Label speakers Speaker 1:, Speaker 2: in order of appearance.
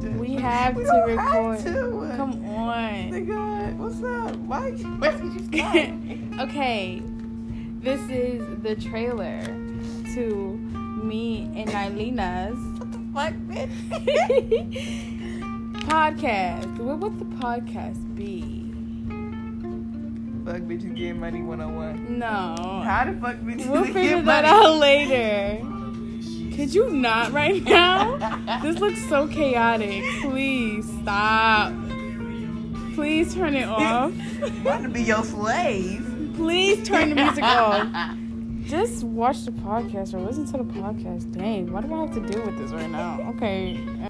Speaker 1: have
Speaker 2: We
Speaker 1: to
Speaker 2: don't
Speaker 1: record.
Speaker 2: have to.
Speaker 1: Come on.
Speaker 2: Nigga, what's up? Why? Why did you stop?
Speaker 1: okay, this is the trailer to me and Nylena's
Speaker 2: what the fuck, bitch?
Speaker 1: podcast. What would the podcast be?
Speaker 2: fuck bitches get money 101.
Speaker 1: No.
Speaker 2: How the fuck bitches
Speaker 1: We'll
Speaker 2: get
Speaker 1: figure
Speaker 2: money?
Speaker 1: that out later. Could you not right now? This looks so chaotic. Please stop. Please turn it off.
Speaker 2: Want to be your slave?
Speaker 1: Please turn the music off. Just watch the podcast or listen to the podcast. Dang, why do I have to deal with this right now? Okay.